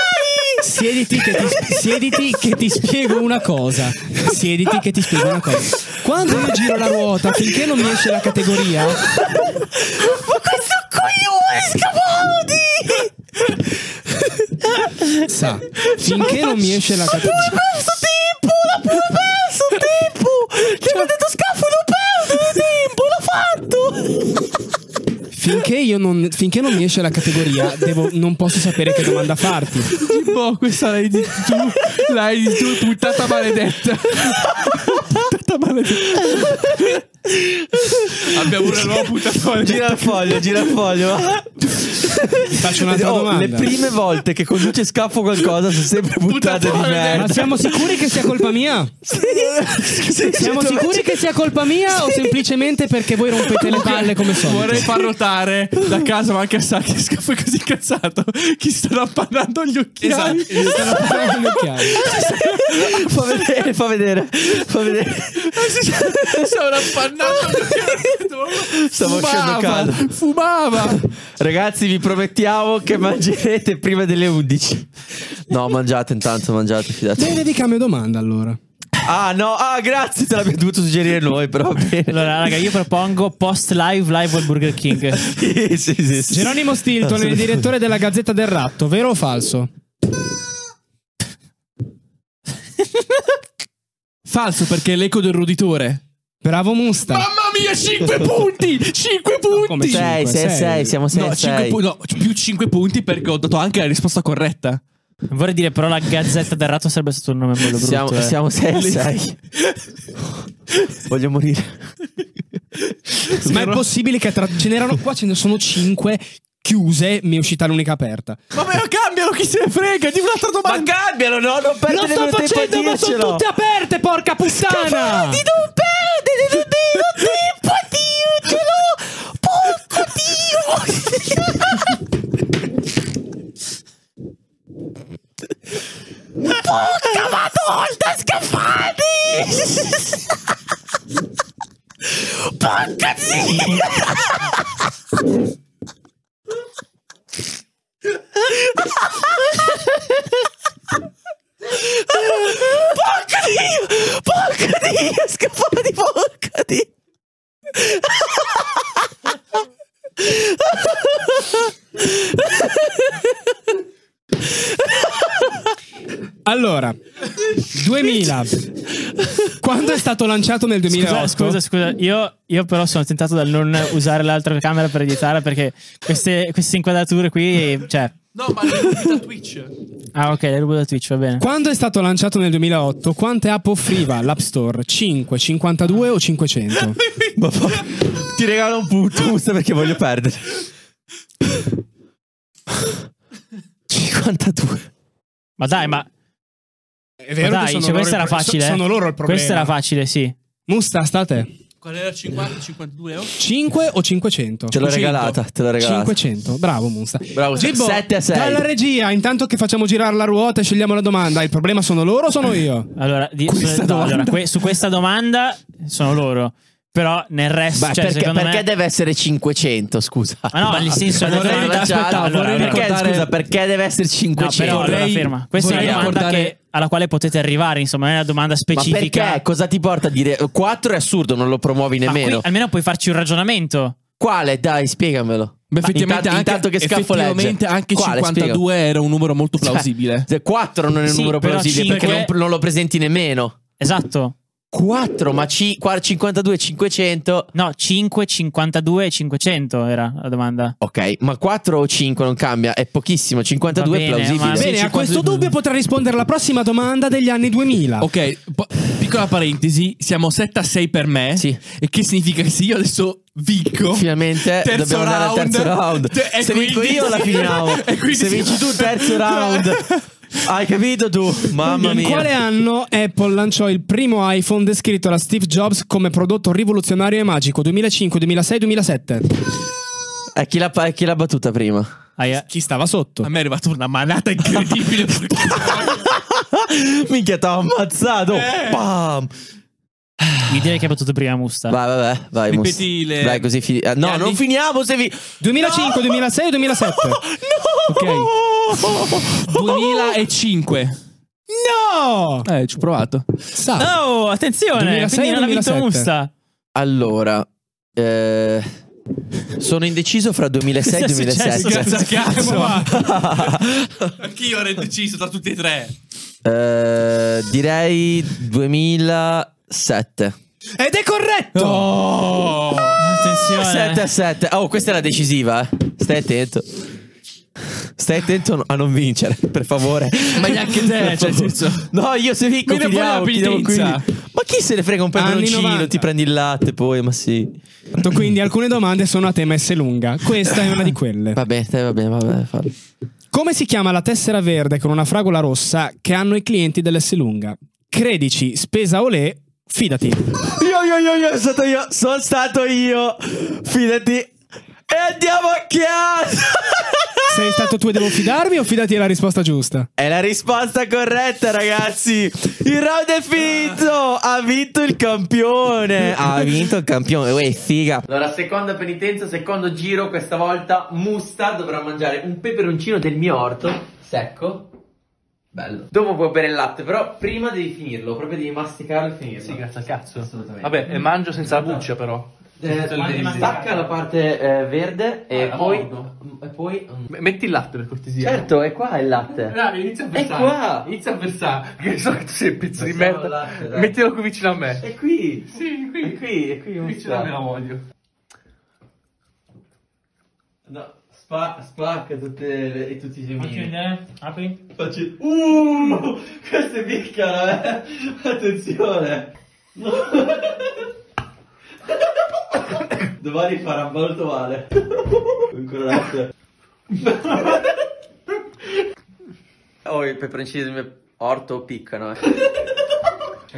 Siediti che, ti, siediti che ti spiego una cosa. [laughs] Siediti che ti spiego una cosa. Quando io giro la ruota finché non mi esce la categoria, Ma questo è un coglione, Scafati! sa, finché non mi esce la Ma categoria. questo tempo, l'ha pure perso il tempo! Ti avevo detto Scafo, non perdere tempo, l'ho fatto! Finché, io non, finché non mi esce la categoria, devo- non posso sapere che domanda farti. Tipo, questa l'hai di tu, l'hai di tu, [laughs] puttata maledetta. puttata maledetta. Abbiamo una nuova puttata maledetta. Gira il foglio, gira il foglio, va. Faccio un'altra Oh, domanda. Le prime volte che conduce scappo qualcosa sono sempre buttate di Buttatone, Ma merda. siamo sicuri che sia colpa mia? Siamo sicuri che sia colpa mia o semplicemente perché voi rompete le palle come Vorrei solito? far notare da casa, ma anche a Saki, scappo così incazzato. Chi stanno appannando gli occhiali? Stanno parlando gli occhiali. Esatto, Fa vedere, fa vedere, fa vedere. Stavano appannando gli occhiali. Stavo Fumava, scendendo caldo. Fumava. Ragazzi, vi promettiamo che mangerete prima delle 11. No, mangiate intanto, mangiate, fidatevi. Bene, vi cambio domanda allora. Ah, no, ah, grazie, te l'abbiamo dovuto suggerire noi, però bene. Allora, raga, io propongo post live live al Burger King. Sì, sì, sì, sì. Geronimo Stilton, il direttore della Gazzetta del Ratto, vero o falso? Falso perché è l'eco del roditore. Bravo Musta. Mamma mia, 5 punti! 5 come punti! sei? 6, cinque, 6, sei. 6, siamo 6, No, cinque pu- no, più 5 punti perché ho dato anche la risposta corretta. Vorrei dire, però, la Gazzetta del Ratto sarebbe stato un nome bello brutto. Siamo, eh. siamo 6, 6. Voglio morire. Ma è possibile che tra... ce n'erano qua, ce ne sono 5 chiuse, mi è uscita l'unica aperta. Vabbè, lo cambiano, chi se ne frega? Di un'altra Ma domanda. cambiano, no? Non Lo perdere sto tempo a facendo, ma sono dircelo. tutte aperte, porca puttana! Di non perdere non devo tempo a [laughs] dircelo. Porco Dio. Porca madonna, scaffati. Porca zia. Porca Dio! Porca Dio! Scappati, porca Dio! Allora, 2000. Quando è stato lanciato nel 2008? Scusa, scusa, scusa, io, io però sono tentato dal non usare l'altra camera per editare perché queste, queste inquadrature qui, cioè... No, ma da Twitch. Ah ok, le rubo da Twitch, va bene. Quando è stato lanciato nel 2008, quante app offriva l'App Store? 5, 52 o 500? Ma po- ti regalo un punto, giusto perché voglio perdere. 52. Ma dai, ma... È Ma dai, cioè, questa era facile. eh. Sono loro il problema. Questa era facile, sì. Musta, sta a te. Qual era 50, 52 euro? 5 o 500? Te l'ho regalata, te l'ho regalata. 500, bravo Musta. Bravo, Gibbo, 7 a 6. Dalla regia, intanto che facciamo girare la ruota e scegliamo la domanda, il problema sono loro o sono io? Allora, di- Questa su, no, domanda. allora, que- su questa domanda sono loro. Però nel resto, cioè, perché, secondo me... deve essere 500, scusa? Ma no, nel senso... Quando nel- l'hai allora, lanciata, aspetta, allora, allora, perché, ricordare- scusa, perché deve essere No, 500? però, allora, Vorrei- ferma. Questa è una vorrei domanda ricordare- che- alla quale potete arrivare, insomma, non è una domanda Ma specifica. perché? Cosa ti porta a dire? 4 è assurdo, non lo promuovi Ma qui nemmeno. almeno puoi farci un ragionamento. Quale? Dai, spiegamelo. Beh, effettivamente, intanto, anche, intanto che scaffo legge. effettivamente anche Quale? 52 Spiega. era un numero molto Cioè, plausibile. se 4 non è un Sì, numero però plausibile cinque- perché non, non lo presenti nemmeno. Esatto. 4, ma ci- qua- 52, 500. No, 5, 52 500 era la domanda. Ok, ma 4 o 5 non cambia, è pochissimo. 52 Va è bene, plausibile. ma- Ah, Sì, Bene, a 52. questo dubbio potrà rispondere la prossima domanda degli anni 2000. Ok, po- piccola parentesi, siamo 7 a 6 per me. Sì. E che significa che se io adesso vinco, Finalmente Terzo dobbiamo andare al round. terzo round. Te- e Se vinco quindi- io la finiamo. [laughs] e quindi Se si- vinci tu terzo round. [laughs] Hai capito tu? Mamma In mia. quale anno Apple lanciò il primo iPhone descritto da Steve Jobs come prodotto rivoluzionario e magico? 2005, 2006, 2007. Eh, chi, l'ha, pa- chi l'ha battuta prima? [laughs] Aia. Chi stava sotto? a me è arrivata una [laughs] manata incredibile. Minchia, t'ho ammazzato. Eh. Pam. Io direi che hai battuto prima Musta. Vai, vabbè, vai. Ripeti Mus- le- Dai, così fini- eh, gli No, anni? non finiamo se vi. 2005, 2006 o 2007? [laughs] No! [laughs] Ok. 2005. No! Eh, ci ho provato. Sa. Oh, attenzione! 2006, quindi non ha vinto 2007. Musta. Allora, eh, sono indeciso fra [laughs] 2006 e Cosa è successo? Grazie 2007. a cazzo. [laughs] Cazzo. Anch'io ero indeciso tra tutti e tre. Eh, direi 2007. Ed è corretto! Oh. Attenzione. 7 a 7. Oh, questa è la decisiva. eh. Stai attento. Stai attento a non vincere, per favore. Ma [laughs] neanche te, cioè, nel senso- No, io se vinco Mi ne ti diamo, vuole ti la diamo penitenza. 15. Ma chi se ne frega un Anni peperoncino, 90. ti prendi il latte poi, ma sì. Quindi alcune domande sono a tema S lunga. Questa è una di quelle. Vabbè, te, vabbè, vabbè. fa- Come si chiama la tessera verde con una fragola rossa che hanno i clienti dell'S lunga? Credici, spesa olè, fidati. Io, io, io, io, sono stato io, sono stato io. Fidati. E andiamo a casa. Sei stato tu e devo fidarmi o fidati è la risposta giusta? È la risposta corretta, ragazzi. Il round è finito. Ha vinto il campione. Ha vinto il campione. Uè, figa. Allora, seconda penitenza, secondo giro. Questa volta Musta dovrà mangiare un peperoncino del mio orto. Secco. Bello. Dopo puoi bere il latte, però prima devi finirlo. Proprio devi masticarlo e finirlo. Sì, grazie al cazzo. Assolutamente. Esatto. Vabbè, e mangio senza la buccia, però. Eh, stacca la parte eh, verde e poi, e poi. mm. M- Metti il latte per cortesia. Certo, è qua il latte. Bravi, inizia a È qua. Inizia a versare. [laughs] Perché so che tu sei un pezzo di Versiamo merda. latte, dai. Mettilo qui vicino a me. È qui. Sì, È qui, è qui. Qui ce la me la voglio. No, spa- spacca tutte le- e tutti i semini. Apri. Faccio. Uh, queste piccano, eh. Attenzione. No. Domani farà molto male. Ancora latte. Oh, i peperoncini del mio orto piccano. eh.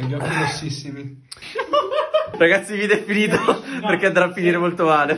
Gli occhi rossissimi. eh, Ragazzi, video è finito perché andrà a finire molto male.